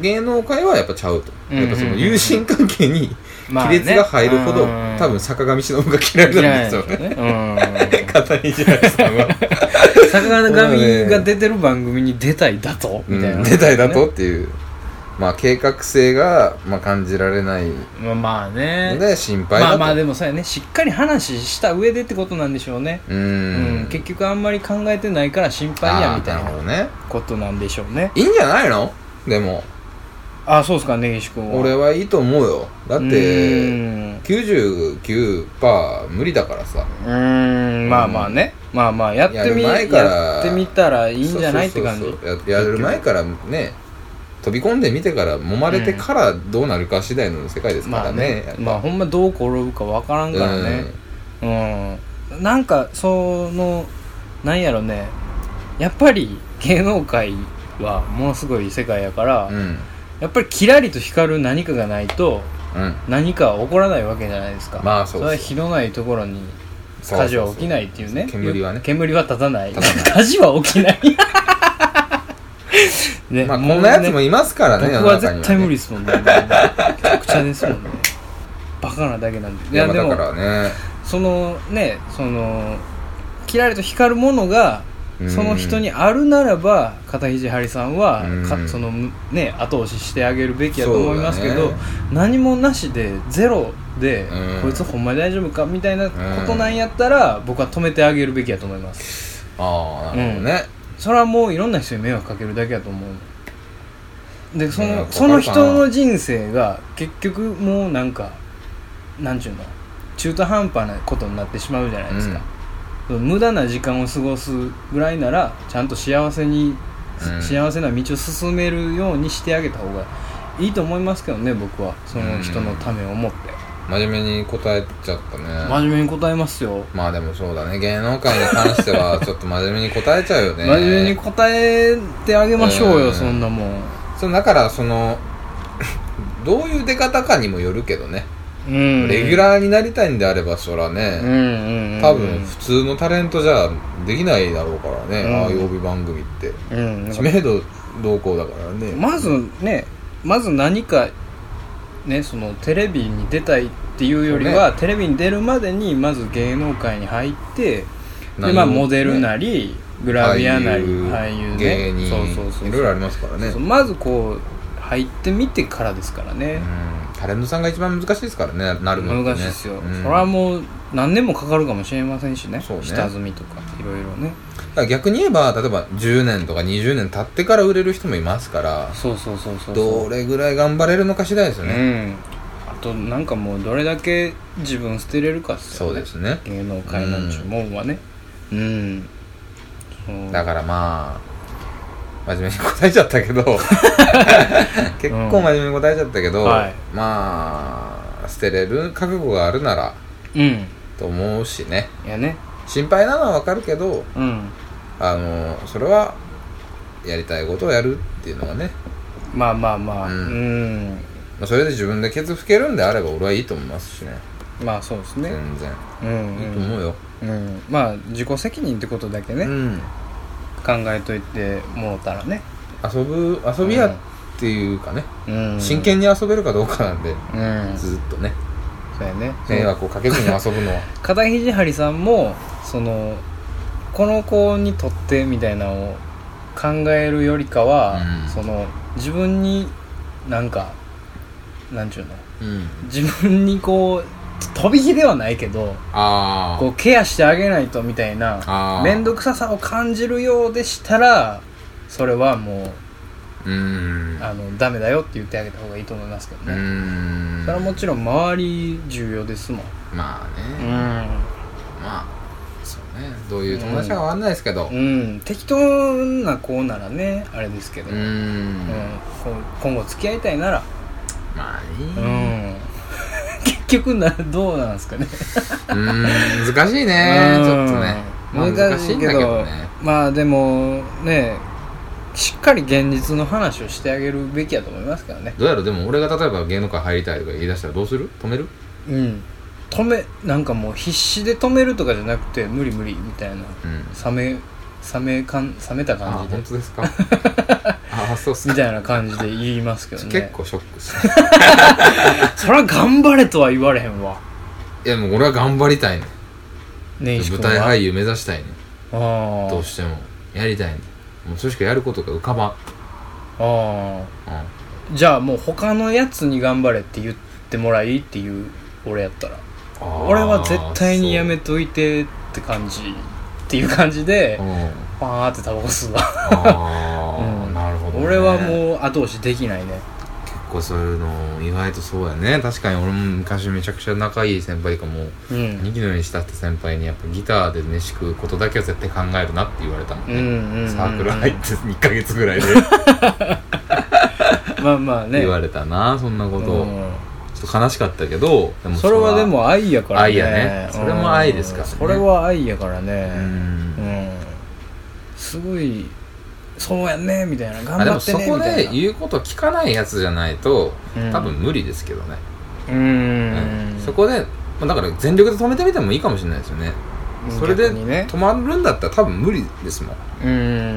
Speaker 3: 芸能界はやっぱちゃうと
Speaker 1: うん
Speaker 3: やっぱその友人関係に
Speaker 1: うんまあ
Speaker 3: 亀
Speaker 1: ね
Speaker 3: 裂が入るほど
Speaker 1: うん
Speaker 3: 多分坂上忍が嫌いなんですよ
Speaker 1: 嫌い
Speaker 3: ね
Speaker 1: なんですよね
Speaker 3: 片肘張りさんは
Speaker 1: うん坂上が出てる番組に出たいだと みたいな、
Speaker 3: うん出たいだとっていうまあ計画性がまあ感じられない
Speaker 1: まあまあね
Speaker 3: ので心配だ
Speaker 1: まあ
Speaker 3: と
Speaker 1: まあでもさやねしっかり話した上でってことなんでしょうね
Speaker 3: う
Speaker 1: うん、
Speaker 3: ん
Speaker 1: 結局あんまり考えてないから心配やみたい
Speaker 3: あーなるほ
Speaker 1: な
Speaker 3: どね
Speaker 1: ことなんでしょうね
Speaker 3: いいんじゃないのでも
Speaker 1: あそうですか根岸君は
Speaker 3: 俺はいいと思うよだっ
Speaker 1: う
Speaker 3: て
Speaker 1: ーん
Speaker 3: 99%無理だからさ
Speaker 1: うーんまあまあね、まあまあやってみ
Speaker 3: やる前から
Speaker 1: やってみたらいいんじゃないって
Speaker 3: そう
Speaker 1: 感
Speaker 3: そ
Speaker 1: じ
Speaker 3: うそうややる前からね飛び込んでみてから揉まれてからどうなるか次第の世界ですか
Speaker 1: ま
Speaker 3: ら
Speaker 1: あ
Speaker 3: ね
Speaker 1: ね、まあほんまどう転ぶかわからんからねうん、なんかそのなんやろねやっぱり芸能界はものすごい世界やから、
Speaker 3: うんうん
Speaker 1: やっぱりキラリと光る何かがないと
Speaker 3: うん
Speaker 1: 何かは起こらないわけじゃないですか
Speaker 3: まあそう
Speaker 1: れ
Speaker 3: で
Speaker 1: は
Speaker 3: す
Speaker 1: 火のないところに
Speaker 3: そうそう
Speaker 1: 火事
Speaker 3: そう
Speaker 1: は起きないっていうね
Speaker 3: 煙はね
Speaker 1: 煙は立たない
Speaker 3: 立た
Speaker 1: 火事は起きない ね
Speaker 3: まあこ
Speaker 1: もうん
Speaker 3: なやつも
Speaker 1: ね
Speaker 3: いますからね
Speaker 1: 僕
Speaker 3: 世の
Speaker 1: は
Speaker 3: 中に
Speaker 1: 絶対無理
Speaker 3: ね
Speaker 1: ですもんねめちゃくちゃですもんねバカなだけなんで
Speaker 3: いやまあだからね
Speaker 1: そのねそのキラリと光るものが
Speaker 3: うん
Speaker 1: その人にあるならば片肘張りさんは
Speaker 3: うん
Speaker 1: かそのね後押ししてあげるべきやと思いますけ
Speaker 3: そう
Speaker 1: ど、
Speaker 3: だね
Speaker 1: 何もなしでゼロで、
Speaker 3: うん
Speaker 1: こいつほんまに大丈夫かみたいなことなんやったら、僕は止めてあげるべきやと思います
Speaker 3: ああなるほどね
Speaker 1: それはもういろんな人に迷惑かけるだけやと思うでそ
Speaker 3: うんわ
Speaker 1: の
Speaker 3: かる
Speaker 1: その人の人生が結局もうなんかなんちゅうの中途半端なことになってしまうじゃないですか、無駄な時間を過ごすぐらいならちゃんと幸せに、
Speaker 3: うん
Speaker 1: 幸せな道を進めるようにしてあげた方がいいと思いますけどね僕はその人のためを思って、
Speaker 3: 真面目に答えちゃったね
Speaker 1: 真面目に答えますよ、
Speaker 3: まあでもそうだね芸能界に関して はちょっと真面目に答えちゃうよね
Speaker 1: 真面目に答えてあげましょうよ、
Speaker 3: うん
Speaker 1: そんなもん
Speaker 3: そうだからその どういう出方かにもよるけどね、
Speaker 1: うん
Speaker 3: レギュラーになりたいんであればそらね、多
Speaker 1: 多
Speaker 3: 分普通のタレントじゃできないだろうからね、
Speaker 1: うん
Speaker 3: ああ曜日番組って
Speaker 1: うん、
Speaker 3: 知名度同行だからね
Speaker 1: まずねまず何かねそのテレビに出たいっていうよりは、テレビに出るまでにまず芸能界に入ってで、
Speaker 3: 何
Speaker 1: まあ、
Speaker 3: もね
Speaker 1: モデルなり、グラビアなり俳優
Speaker 3: 芸
Speaker 1: ね
Speaker 3: 人
Speaker 1: そうそうそう
Speaker 3: いろいろありますからね
Speaker 1: そうまずこう入ってみてからですからね
Speaker 3: う、んタレントさんが一番難しいですからねなるのってね
Speaker 1: 難しいですよ、
Speaker 3: うん
Speaker 1: それはもう何年もかかるかもしれませんしね
Speaker 3: そうね
Speaker 1: 下積みとかいろいろね
Speaker 3: だから逆に言えば例えば10年とか20年経ってから売れる人もいますから
Speaker 1: そうそうそうそうそう
Speaker 3: どれぐらい頑張れるのか次第ですよね、
Speaker 1: うん、あとなんかもうどれだけ自分捨てれるかっす
Speaker 3: そ
Speaker 1: よ
Speaker 3: う
Speaker 1: ね
Speaker 3: ですね
Speaker 1: 芸能界なんちゅうもんはねうん、そう
Speaker 3: だからまあ真面目に答えちゃった けど結構真面目に答えちゃったけど、
Speaker 1: はい
Speaker 3: まあ捨てれる覚悟があるなら
Speaker 1: うん
Speaker 3: と思うしね
Speaker 1: いやね
Speaker 3: 心配なのはわかるけど
Speaker 1: うん
Speaker 3: あのそれはやりたいことをやるっていうのはね、
Speaker 1: まあまあまあう、
Speaker 3: うんまあそれで自分でケツ拭けるんであれば俺はいいと思いますしね
Speaker 1: まあそうですね
Speaker 3: 全然
Speaker 1: うん
Speaker 3: いいと思うよ
Speaker 1: うん、うん、まあ自己責任ってことだけね、
Speaker 3: うん
Speaker 1: 考えといてもろたらね
Speaker 3: 遊ぶ遊びやっていうかね、
Speaker 1: うん
Speaker 3: 真剣に遊べるかどうかなんで、
Speaker 1: うん
Speaker 3: ずっとね
Speaker 1: そうやね
Speaker 3: 迷惑をかけずに遊ぶのは
Speaker 1: 片肘張さんもそのこの子にとってみたいなのを考えるよりかは、
Speaker 3: うん
Speaker 1: その自分になんかなん ちゅうの
Speaker 3: うん
Speaker 1: 自分にこう飛び火ではないけど
Speaker 3: あ
Speaker 1: こうケアしてあげないとみたい
Speaker 3: あ
Speaker 1: な
Speaker 3: ー
Speaker 1: 面倒くささを感じるようでしたらそれはも
Speaker 3: ううん
Speaker 1: うあのダメだよって言ってあげた方がいいと思いますけど
Speaker 3: う
Speaker 1: ね、
Speaker 3: ん
Speaker 1: それはもちろん周り重要ですもん
Speaker 3: まあ
Speaker 1: う
Speaker 3: ね、
Speaker 1: ん
Speaker 3: まあそうねどういう友達かわかんないですけど
Speaker 1: うん、適当な子ならねあれですけど、
Speaker 3: うん
Speaker 1: うんこ今後付き合いたいなら、
Speaker 3: まあ
Speaker 1: う
Speaker 3: ね
Speaker 1: ん 結局などうなんですかね
Speaker 3: うん難しいね
Speaker 1: うん
Speaker 3: ちょっとねまあ難しいんだけどね
Speaker 1: まあでもねしっかり現実の話をしてあげるべきやと思いますからね
Speaker 3: どうやろでも俺が例えば芸能界入りたいとか言い出したらどうする止める
Speaker 1: うん止めなんかもう必死で止めるとかじゃなくて無理無理みたいな
Speaker 3: うん
Speaker 1: 冷め冷めかん冷めた
Speaker 3: あ
Speaker 1: 感じで
Speaker 3: 本当ですか あそうっす
Speaker 1: み
Speaker 3: か
Speaker 1: たいな感じで言いますけどね
Speaker 3: 結構ショックっすね
Speaker 1: そら頑張れとは言われへんわ
Speaker 3: いやもう俺は頑張りたいね
Speaker 1: ね石
Speaker 3: 舞
Speaker 1: 君
Speaker 3: 台
Speaker 1: は
Speaker 3: 俳優目指したいね
Speaker 1: あ
Speaker 3: どうしてもやりたいねもうそれしかやることが浮かばん、
Speaker 1: ああ
Speaker 3: うん
Speaker 1: じゃあもう他のやつに頑張れって言ってもらいっていう俺やったら俺は絶対にやめといてって感じっていう感じで
Speaker 3: て うん
Speaker 1: パーってタバコ吸うわ
Speaker 3: ああ、
Speaker 1: うん
Speaker 3: なるほど、ね、
Speaker 1: 俺はもう後押しできないね
Speaker 3: 結構そういうの意外とそうやね確かに俺も昔めちゃくちゃ仲いい先輩かもう
Speaker 1: うん
Speaker 3: ニキのようにしたって先輩にやっぱギターで飯食うことだけは絶対考えるなって言われたもん
Speaker 1: う
Speaker 3: ね、
Speaker 1: んうんうん
Speaker 3: サークル入って2ヶ月ぐら いで
Speaker 1: まあまあね
Speaker 3: 言われたなそんなこと、
Speaker 1: うん
Speaker 3: ちょっと悲しかったけどで
Speaker 1: それはでも愛やからね
Speaker 3: 愛やねそれも愛ですからね
Speaker 1: うんそれは愛やからね
Speaker 3: うん
Speaker 1: うんすごいそうやんねみたいな
Speaker 3: あ
Speaker 1: 頑張
Speaker 3: でも
Speaker 1: って
Speaker 3: そ
Speaker 1: ね
Speaker 3: こ
Speaker 1: みたい
Speaker 3: で
Speaker 1: な
Speaker 3: 言うこと聞かないやつじゃないと、
Speaker 1: うん
Speaker 3: 多分無理ですけどね、
Speaker 1: う
Speaker 3: うん
Speaker 1: ん
Speaker 3: そこで、まあだから全力で止めてみてもいいかもしれないですよねそれで
Speaker 1: 逆にね
Speaker 3: 止まるんだったら多分無理ですもん
Speaker 1: う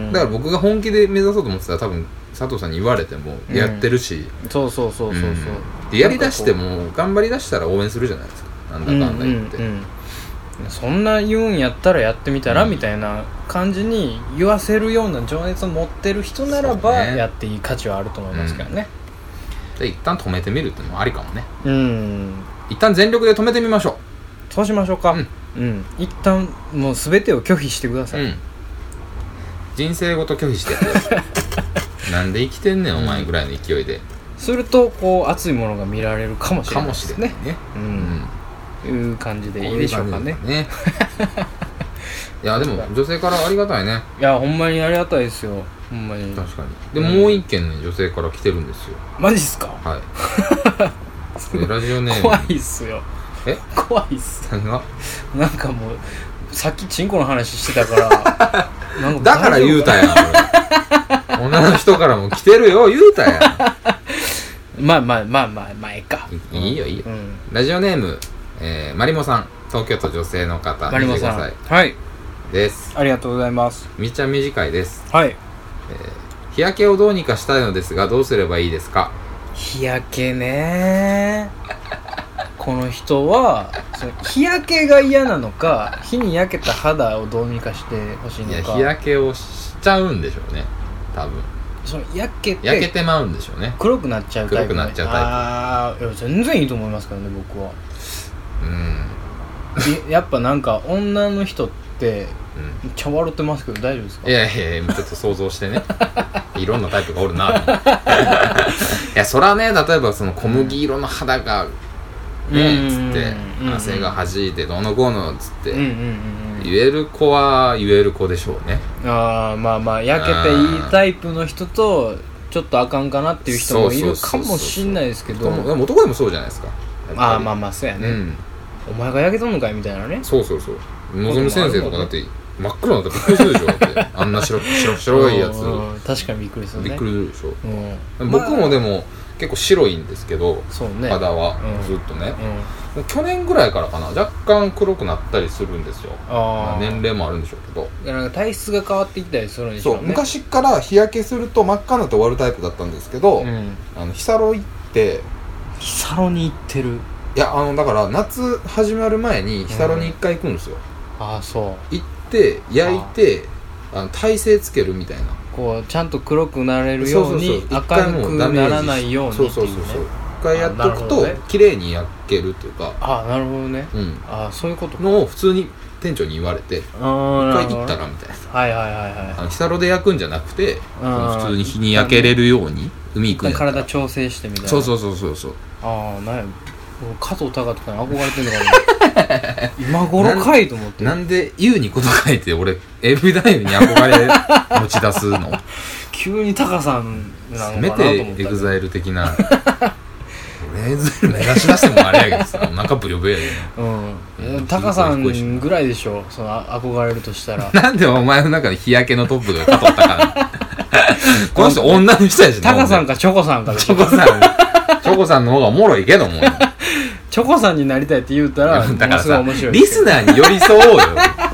Speaker 1: ん
Speaker 3: だから僕が本気で目指そうと思ってたら多分佐藤さんに言われても
Speaker 1: うん
Speaker 3: やってるし、
Speaker 1: そうそうそうそうそう、
Speaker 3: うんでやりだしても頑張りだしたら応援するじゃないですかなんだ
Speaker 1: なん
Speaker 3: か
Speaker 1: かこう
Speaker 3: んだ言って、
Speaker 1: うんうんうんそんな言うんやったらやってみたら、
Speaker 3: うん
Speaker 1: みたいな感じに言わせるような情熱を持ってる人ならば、
Speaker 3: そうね
Speaker 1: やっていい価値はあると思いますからね
Speaker 3: で一旦止めてみるってのもありかもね
Speaker 1: うん、
Speaker 3: 一旦全力で止めてみましょ
Speaker 1: そうしましょうか
Speaker 3: うん、
Speaker 1: うん一旦もう全てを拒否してくだ
Speaker 3: う、
Speaker 1: さ
Speaker 3: う
Speaker 1: い、
Speaker 3: ん、人生ごと拒否してやってくださ いなんで生きてんねんお前ぐらいの勢いで、
Speaker 1: するとこう熱いものが見られるかもしれ
Speaker 3: か
Speaker 1: ないで
Speaker 3: もしれ
Speaker 1: す
Speaker 3: な
Speaker 1: ね
Speaker 3: いね
Speaker 1: う、
Speaker 3: うん
Speaker 1: いう感じで
Speaker 3: こ
Speaker 1: いいでしょうかね
Speaker 3: い感じ だねいやでも女性からありがたいね
Speaker 1: いやほんまにありがたいですよほんまに
Speaker 3: 確かにで、もう一件ね女性から来てるんですよ
Speaker 1: マジっすか
Speaker 3: は いでラジオネーム
Speaker 1: 怖いっすよ
Speaker 3: え
Speaker 1: 怖いっす
Speaker 3: 何が
Speaker 1: なんかもうさっきチンコの話してたからなん
Speaker 3: だから言うたやん俺女の人からも来てるよ言うたや
Speaker 1: まあまあまあまあまあええか
Speaker 3: ん いいよいいよ
Speaker 1: うん
Speaker 3: ラジオネーム、えー、マリモさん東京都女性の方
Speaker 1: マリモさ
Speaker 3: 25
Speaker 1: ん
Speaker 3: 歳
Speaker 1: はい
Speaker 3: です
Speaker 1: ありがとうございます
Speaker 3: みちゃ短いです
Speaker 1: はい
Speaker 3: 日焼けをどうにかしたいのですがどうすればいいですか
Speaker 1: 日焼けねこの人はその日焼けが嫌なのか日に焼けた肌をどうにかしてほしい
Speaker 3: い
Speaker 1: の
Speaker 3: や
Speaker 1: か
Speaker 3: 日焼けをしちゃうんでしょうね多分
Speaker 1: その焼けて
Speaker 3: 焼けてまうんでしょうね
Speaker 1: 黒くなっちゃうタイプ
Speaker 3: 黒くなっちゃ
Speaker 1: イ
Speaker 3: うタイプ
Speaker 1: プああいや全然いいと思いますけどね僕は
Speaker 3: うん
Speaker 1: いやっぱなんか女の人って
Speaker 3: うん
Speaker 1: めっちゃ笑ってますけど大丈夫ですか
Speaker 3: いやいやいや、ちょっと想像し てね。いろんなタイプがおるなと思って。いや、そらね、例えばその小麦色の肌がねっつって
Speaker 1: うんうんうん
Speaker 3: 汗が弾いてどうのこうのっつっ
Speaker 1: うんうん
Speaker 3: て
Speaker 1: うんうん
Speaker 3: 言える子は言える子でしょうね
Speaker 1: ああまあまあ焼けていいタイプの人とちょっとあかんかなっていう人もいるかもしんないですけど
Speaker 3: でもでも男でもそうじゃないですか
Speaker 1: ああまあ
Speaker 3: あ
Speaker 1: まあそうや
Speaker 3: う
Speaker 1: ね、
Speaker 3: ん
Speaker 1: お前が焼けとんのかいみたいなね
Speaker 3: そうそうそうのぞみ先生とかだって真っ黒になったらびっくりするでしょだ ってあんな白白白いや
Speaker 1: う
Speaker 3: つ
Speaker 1: んうん確かにびっくりするね
Speaker 3: びっくりするでしょ
Speaker 1: うん、
Speaker 3: 僕
Speaker 1: ま
Speaker 3: もでも結構白いんですけど
Speaker 1: あそうね
Speaker 3: 肌は
Speaker 1: うん
Speaker 3: ずっとね
Speaker 1: うん
Speaker 3: もう去年ぐらいからかな若干黒くなったりするんですよま
Speaker 1: あ
Speaker 3: あ
Speaker 1: あ
Speaker 3: 年齢もあるんでしょうけど
Speaker 1: いやなんか体質が変わってきたりするんでし
Speaker 3: そ
Speaker 1: ょ
Speaker 3: う
Speaker 1: ね
Speaker 3: 昔から日焼けすると真っ赤になって終わるタイプだったんですけど、
Speaker 1: うん
Speaker 3: あの日サロ行って
Speaker 1: 日サロに行ってる
Speaker 3: いやあのだから夏始まる前に日サロに1回行くんですよ、
Speaker 1: ああそう
Speaker 3: 行って焼いてあの体勢つけるみたいな
Speaker 1: こうちゃんと黒くなれるように
Speaker 3: 一
Speaker 1: 赤
Speaker 3: 回も
Speaker 1: く
Speaker 3: うダメージ
Speaker 1: ならないようにってい
Speaker 3: そう
Speaker 1: ね
Speaker 3: そうそうそう一回やっと
Speaker 1: あなるほ
Speaker 3: く
Speaker 1: ど
Speaker 3: と
Speaker 1: ね
Speaker 3: 綺麗に焼けるというか
Speaker 1: ああなるほどね
Speaker 3: うん
Speaker 1: ああそういうことか
Speaker 3: のを普通に店長に言われて一
Speaker 1: ああな
Speaker 3: 回
Speaker 1: るほどね
Speaker 3: 行ったらみたいな
Speaker 1: はいはいはいは
Speaker 3: あの日サロで焼くんじゃなくて
Speaker 1: あー
Speaker 3: 普通に日に焼けれるように海行くん
Speaker 1: い
Speaker 3: やったら
Speaker 1: 体調整してみたいな
Speaker 3: そうそうそうそうそう
Speaker 1: ああなんや俺加藤隆とかに憧れてんのかな今頃かいと思って
Speaker 3: なんで U にこと書いて俺エビダイブに憧れ持ち出す の
Speaker 1: 急に高さんな
Speaker 3: せ
Speaker 1: のか
Speaker 3: め
Speaker 1: なと
Speaker 3: て
Speaker 1: 思っ
Speaker 3: エ
Speaker 1: た
Speaker 3: グザイル 的な俺エグザイル目指し出してもあれやけどさお腹ブヨブヨやで
Speaker 1: うんタカさんぐらいでしょその憧れるとした ら
Speaker 3: なんでお前の中で日焼けのトップが加藤隆な のこの人女の人やしな
Speaker 1: タカさんかチョコさんかでし
Speaker 3: チョ
Speaker 1: ょ
Speaker 3: コさんチョコさんの方がおもろいけ ども
Speaker 1: チョコさんになりたいって言うたらも
Speaker 3: だか
Speaker 1: の
Speaker 3: ら
Speaker 1: すごい
Speaker 3: さ
Speaker 1: 面白い
Speaker 3: リスナーに寄り添おうよ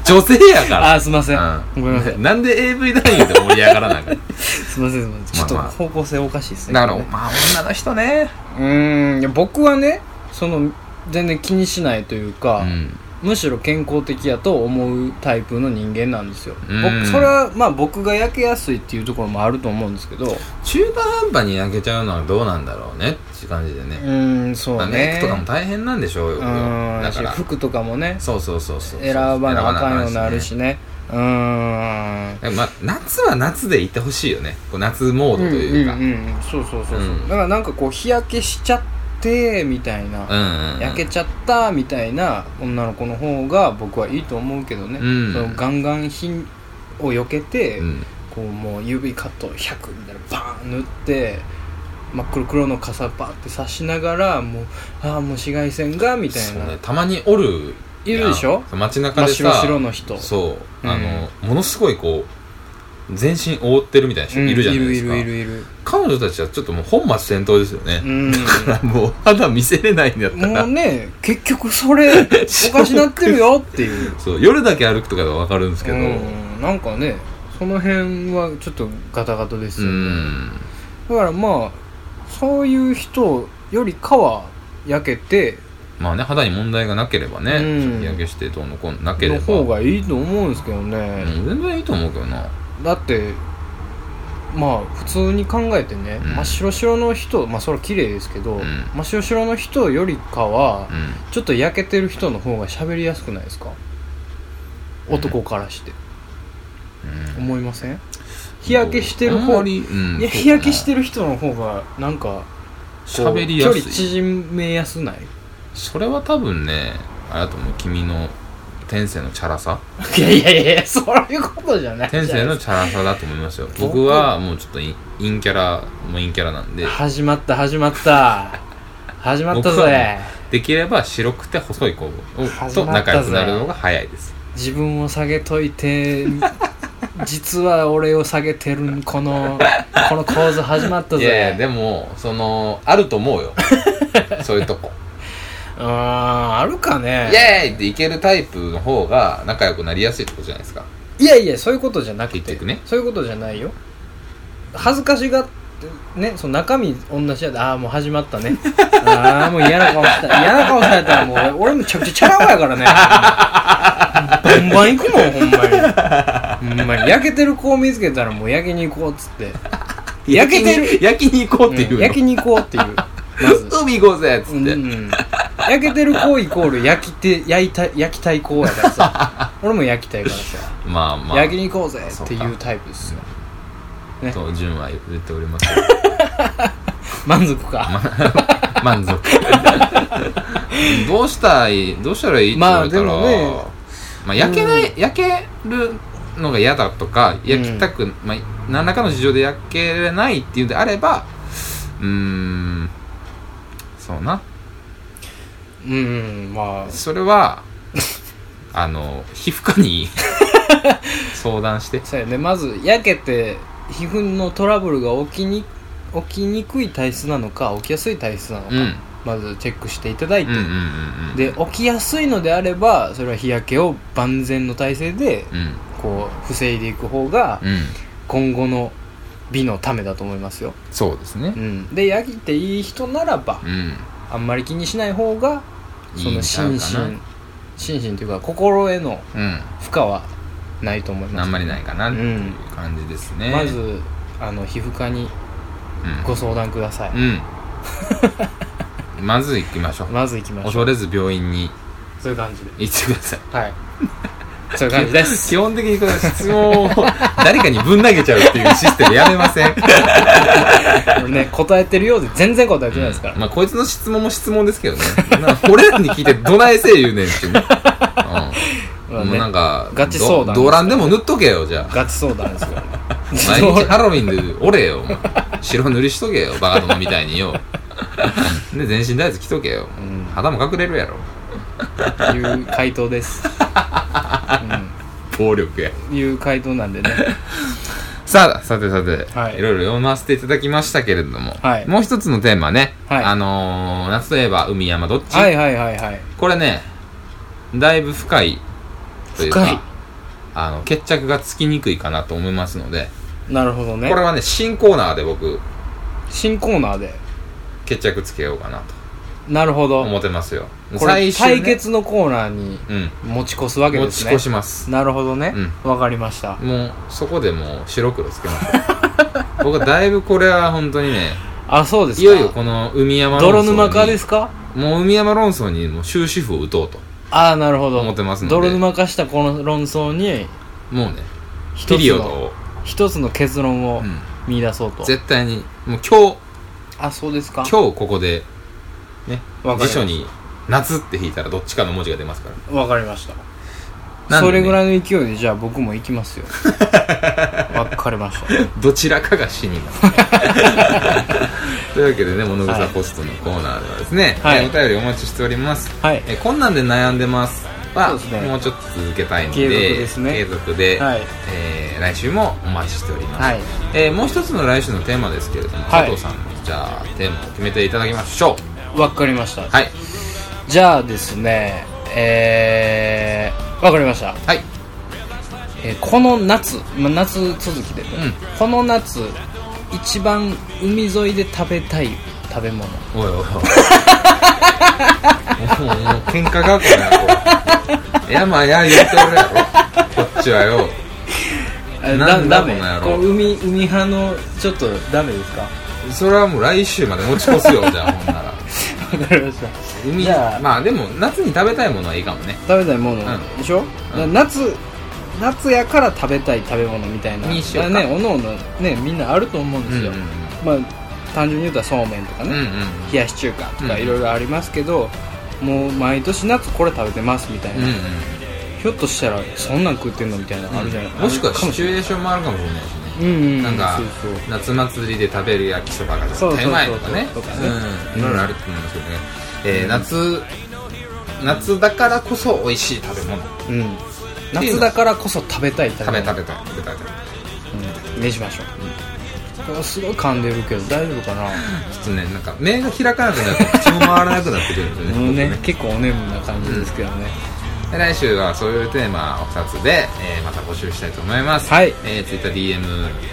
Speaker 3: 女性やから
Speaker 1: ああすいません
Speaker 3: う
Speaker 1: ごめんなさい
Speaker 3: ん、 なんで AV 男優で盛り上がらな いか
Speaker 1: すいませんすいませんちょっと
Speaker 3: まあまあ
Speaker 1: 方向性おかしいですね
Speaker 3: なるほどまあ女の人ね
Speaker 1: うーんいや僕はねその全然気にしないというか、
Speaker 3: うん
Speaker 1: むしろ健康的やと思うタイプの人間なんですよ
Speaker 3: うん
Speaker 1: 僕それはまあ僕が焼けやすいっていうところもあると思うんですけどう
Speaker 3: 中途半端に焼けちゃうのはどうなんだろうねっていう感じでね
Speaker 1: ーんそう
Speaker 3: まあメイ
Speaker 1: ね
Speaker 3: クとかも大変なんでしょうよ
Speaker 1: うーん
Speaker 3: だから
Speaker 1: し服とかもね
Speaker 3: そうそうそうそう
Speaker 1: 選ばなあかんようになるし
Speaker 3: ね
Speaker 1: ねうーん
Speaker 3: えまあ、夏は夏でいてほしいよねこう夏モードというか
Speaker 1: う
Speaker 3: うんん
Speaker 1: うんうんそうそうそうそう、
Speaker 3: うん
Speaker 1: だからなんかこう日焼けしちゃってみたいな、
Speaker 3: うんうん
Speaker 1: 焼けちゃったみたいな女の子の方が僕はいいと思うけどね、
Speaker 3: うん
Speaker 1: そのガンガン品を避けて、
Speaker 3: うん
Speaker 1: こうもう UV カット100みたいなバーン塗って真っ黒黒の傘バーって差しながらもうああもう紫外線がみたい
Speaker 3: そう
Speaker 1: な、
Speaker 3: ねたまにおる
Speaker 1: いるでしょ
Speaker 3: やん街
Speaker 1: 真
Speaker 3: 中
Speaker 1: っ
Speaker 3: でさ
Speaker 1: 白白の人
Speaker 3: そう
Speaker 1: うん
Speaker 3: あの、ものすごいこう全身覆ってるみたいな人
Speaker 1: うん
Speaker 3: いるじゃないですか、
Speaker 1: いるいるいるい る
Speaker 3: 彼女たちはちょっともう本末転倒ですよね、
Speaker 1: うん
Speaker 3: だから もう肌見せれないんだった
Speaker 1: も
Speaker 3: ら
Speaker 1: うね結局そ れおかしなってるよっていう
Speaker 3: そう夜だけ歩くとかでは分かるんですけどうん
Speaker 1: うん、なんかねその辺はちょっとガタガタですよね、だからまあそういう人よりかは焼けて
Speaker 3: まあね肌に問題がなければね、
Speaker 1: うん
Speaker 3: 日焼けしてどうのこうのなけれ
Speaker 1: の
Speaker 3: ば
Speaker 1: 方がいいと思うんですけどね、
Speaker 3: うん全然いいと思うけどな
Speaker 1: だってまあ普通に考えてね、
Speaker 3: うん
Speaker 1: 真っ白白の人まあそれは綺麗ですけど、
Speaker 3: ん
Speaker 1: 真っ白白の人よりかは
Speaker 3: うん
Speaker 1: ちょっと焼けてる人の方が喋りやすくないですか男からして、思いません日焼けしてる
Speaker 3: あんま
Speaker 1: 方
Speaker 3: り、うん
Speaker 1: いや
Speaker 3: そうかな
Speaker 1: 日焼けしてる人の方がなんかこう
Speaker 3: 喋りや
Speaker 1: 距離
Speaker 3: すい
Speaker 1: 縮めやすない
Speaker 3: それは多分ねあれだと思う君の天性のチャラさ
Speaker 1: いやいやいやいやそういうことじゃない
Speaker 3: 天性の
Speaker 1: じ
Speaker 3: チャラさだと思いますよ
Speaker 1: 僕
Speaker 3: 僕はもうちょっとインインキャラもインキャラなん
Speaker 1: ゃ
Speaker 3: で
Speaker 1: ない始まった始まった始まった
Speaker 3: 僕は
Speaker 1: ぜ
Speaker 3: ねできれば白くて細い子を
Speaker 1: 始
Speaker 3: と
Speaker 1: まったぜ
Speaker 3: 仲良くなるのが早いです
Speaker 1: 自分を下げといて実は俺を下げてるこのこの構図始まった
Speaker 3: い
Speaker 1: ぜ
Speaker 3: やいやでもそのあると思う よそういうとこ
Speaker 1: うーんあるか
Speaker 3: イ
Speaker 1: ね
Speaker 3: エーイっていけるタイプの方が仲良くなりやすいってことじゃないですか
Speaker 1: いやいやそういうことじゃなく
Speaker 3: 結
Speaker 1: て
Speaker 3: 局ね
Speaker 1: そういうことじゃないよ恥ずかしがってねその中身同じやでああもう始まった ねああもう嫌な顔した嫌な顔されたらもう俺俺めちゃくちゃチャラ男やからねバンバン行くもんほんまにほんまに焼けてる子を見つけたらもう焼きに行こうっつって焼けてる
Speaker 3: 焼きに行こうっていううんの、
Speaker 1: 焼きに行こうっていうまず
Speaker 3: 海行こうぜっつって、
Speaker 1: うんうん、焼けてる子イコール焼きて焼いた焼きたい子やからさ俺も焼きたいからさ
Speaker 3: ま あまあ
Speaker 1: 焼きに行こうぜっていうタイプですよ
Speaker 3: と潤は言っております
Speaker 1: 満足か
Speaker 3: 満足どうしたいどうしたらいいって言
Speaker 1: ま
Speaker 3: わ
Speaker 1: あ
Speaker 3: れたら、ま
Speaker 1: で
Speaker 3: あ
Speaker 1: もね
Speaker 3: 焼けない、焼けるのが嫌だとか焼きたく、まあ、何らかの事情で焼けれないっていうんであればうーんそうな
Speaker 1: うんまあ
Speaker 3: そ れはあの皮膚科に相談して
Speaker 1: そうやねまず焼けて皮膚のトラブルが起きに起きにくい体質なのか起きやすい体質なのか、
Speaker 3: うん
Speaker 1: まずチェックしていただい
Speaker 3: う
Speaker 1: て、
Speaker 3: んうんうんうん
Speaker 1: で起きやすいのであればそれは日焼けを万全の体制で
Speaker 3: うん
Speaker 1: こう防いでいく方が
Speaker 3: うん
Speaker 1: 今後の美のためだと思いますよ、
Speaker 3: そうですね
Speaker 1: うん、で焼いていい人ならば
Speaker 3: うん
Speaker 1: あんまり気にしない方がそ
Speaker 3: いい
Speaker 1: の
Speaker 3: んちゃうか
Speaker 1: 心身
Speaker 3: な
Speaker 1: 心身というか心への
Speaker 3: うん
Speaker 1: 負荷はないと思います
Speaker 3: あんまりないかなって
Speaker 1: う
Speaker 3: い
Speaker 1: ん
Speaker 3: う感じですね、
Speaker 1: まずあの皮膚科に
Speaker 3: うん
Speaker 1: ご相談ください、
Speaker 3: うんまず行きましょう
Speaker 1: まず行きましょ
Speaker 3: 恐れず病院に
Speaker 1: うそういう感じで
Speaker 3: 行ってください
Speaker 1: はい そういう感じです
Speaker 3: 基本的にこの質問を誰かにぶん投げちゃうっていうシステムやめません
Speaker 1: 俺ね答えてるようで全然答えてないですから、
Speaker 3: まあこいつの質問も質問ですけどねなんか俺らに聞いてどないせえ言うねんっていうね、うん
Speaker 1: まあ
Speaker 3: もう
Speaker 1: ね
Speaker 3: なんか
Speaker 1: ガチ相談
Speaker 3: ドドランでも塗っとけよじ ゃあ
Speaker 1: ガチ相談ですよ
Speaker 3: 毎日ハロウィンで折れよお前白塗りしとけよバカ殿みたい によで全身タイツ着とけよ
Speaker 1: うん
Speaker 3: 肌も隠れるやろ
Speaker 1: いう回答です、
Speaker 3: 暴力や
Speaker 1: うん、いう回答なんで ね
Speaker 3: さあ、さてさて、、
Speaker 1: はいい
Speaker 3: ろいろ読ませていただきましたけれども、
Speaker 1: はい
Speaker 3: もう一つのテーマね、
Speaker 1: はい
Speaker 3: あのー、夏といえば海山どっち、
Speaker 1: はいはいはいはい
Speaker 3: これね、だいぶ深いというか、
Speaker 1: 深い
Speaker 3: あの決着がつきにくいかなと思いますので、
Speaker 1: なるほど
Speaker 3: こ
Speaker 1: ね
Speaker 3: れはね、新コーナーで僕、
Speaker 1: 新コーナーで
Speaker 3: 決着つけようかなと
Speaker 1: なるほど
Speaker 3: 思ってますよ。
Speaker 1: これ、
Speaker 3: 終ね
Speaker 1: 対決のコーナーに
Speaker 3: うん、
Speaker 1: 持ち越すわけ
Speaker 3: 持
Speaker 1: で
Speaker 3: ち
Speaker 1: すね
Speaker 3: 越します。
Speaker 1: なるほどねわ、かりました
Speaker 3: もう、そこでもう白黒つけます。僕はだいぶこれは本当にね、
Speaker 1: あそうですか
Speaker 3: いよいよこの海山論争
Speaker 1: 泥
Speaker 3: に
Speaker 1: 沼化ですか
Speaker 3: もう海山論争にもう終止符を打とうと。
Speaker 1: ああなるほど
Speaker 3: 思ってますので
Speaker 1: 泥沼化したこの論争に
Speaker 3: もうね、
Speaker 1: 一
Speaker 3: ピ
Speaker 1: つ
Speaker 3: リオド
Speaker 1: の
Speaker 3: を、
Speaker 1: 一つの結論を
Speaker 3: うん
Speaker 1: 見出そうと、
Speaker 3: 絶対に、もう今日、
Speaker 1: あそうですか
Speaker 3: 今日ここで、ね、
Speaker 1: わかりま
Speaker 3: 辞
Speaker 1: した
Speaker 3: 書に、夏って引いたらどっちかの文字が出ますから。
Speaker 1: わかりました、
Speaker 3: なんで
Speaker 1: そ
Speaker 3: ね
Speaker 1: れぐらいの勢いでじゃあ僕も行きます よわかりました
Speaker 3: どちらかが死にな る。というわけでね、物草ポストのコーナーではですね、
Speaker 1: はい
Speaker 3: えーお便りお待ちしております。
Speaker 1: はい
Speaker 3: えーこんなんで悩んでます。は、
Speaker 1: そうですね
Speaker 3: もうちょっと続けたいので、
Speaker 1: 継続ですね
Speaker 3: 継続で、
Speaker 1: はい
Speaker 3: えー来週もお待ちしております。
Speaker 1: はい
Speaker 3: えーもう一つの来週のテーマですけれども、
Speaker 1: はい
Speaker 3: 佐藤さんの、じゃあ、テーマを決めていただきましょ
Speaker 1: わかりました、
Speaker 3: う。はい。
Speaker 1: じゃあですねえー、わかりました、
Speaker 3: はい。
Speaker 1: えーこの夏、まあ、夏続きで、
Speaker 3: ん
Speaker 1: この夏一番海沿いで食べたい食べ物
Speaker 3: おいおいおいもう喧嘩がこの野郎山や言うてるやろこっちはよ
Speaker 1: え
Speaker 3: な
Speaker 1: だ
Speaker 3: んだ
Speaker 1: ダメ
Speaker 3: この野
Speaker 1: こ
Speaker 3: 郎
Speaker 1: う海海派のちょっとダメですか
Speaker 3: それはもう来週まで持ち越すよじゃあほんなら
Speaker 1: わかりました
Speaker 3: 海
Speaker 1: じゃあ
Speaker 3: まあでも夏に食べたいものはいいかもね
Speaker 1: 食べたいもの、
Speaker 3: うん
Speaker 1: でしょ、
Speaker 3: うん
Speaker 1: だ夏夏やから食べたい食べ物みたいな
Speaker 3: にしようか
Speaker 1: だらねおのおのねみんなあると思うんですよ、
Speaker 3: うん
Speaker 1: まあ単純に言うたらそうめんとか
Speaker 3: うん
Speaker 1: ね、
Speaker 3: うん
Speaker 1: 冷やし中華と
Speaker 3: う
Speaker 1: か
Speaker 3: ん
Speaker 1: いろいろありますけど、もう毎年夏これ食べてますみたい
Speaker 3: うん
Speaker 1: な、
Speaker 3: うん
Speaker 1: ひょっとしたらそんなん食ってんのみたいなのあるじゃない、
Speaker 3: うんもしくはシチュ
Speaker 1: エ
Speaker 3: エーションもあるかもしれないしね
Speaker 1: うんうん
Speaker 3: なんか
Speaker 1: そうそう
Speaker 3: 夏祭りで食べる焼きそばが絶
Speaker 1: そうそう
Speaker 3: 対
Speaker 1: そう
Speaker 3: うまいとかね
Speaker 1: とかね
Speaker 3: うんいろいろあると思うんですけどね、えー夏夏だからこそ美味しい食べ物
Speaker 1: うん夏だからこそ食べたい食
Speaker 3: 食べ
Speaker 1: 物
Speaker 3: 食べたい食べたい食べたい
Speaker 1: うんねじましょう、うすごい噛んでるけど大丈夫かな
Speaker 3: ちょっとねなんか目が開かなくなって口も回らなくなってくるんですよ
Speaker 1: もう
Speaker 3: ね
Speaker 1: ね結構おねむな感じですけどね、
Speaker 3: で来週はそういうテーマを2つで、えーまた募集したいと思います、
Speaker 1: はい
Speaker 3: えー、TwitterDM、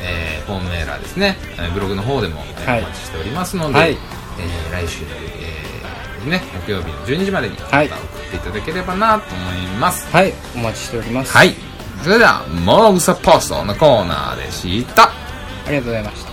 Speaker 3: えー、ホームメーラーですね、えーブログの方でも、えー
Speaker 1: はい
Speaker 3: お待ちしておりますので、
Speaker 1: はい
Speaker 3: えー来週の、えーね、木曜日の12時までにまた
Speaker 1: は
Speaker 3: 送
Speaker 1: い
Speaker 3: っていただければなと思います
Speaker 1: はいお待ちしております
Speaker 3: はい、それでは「モーグサポスト」のコーナーでした
Speaker 1: ありがとうございました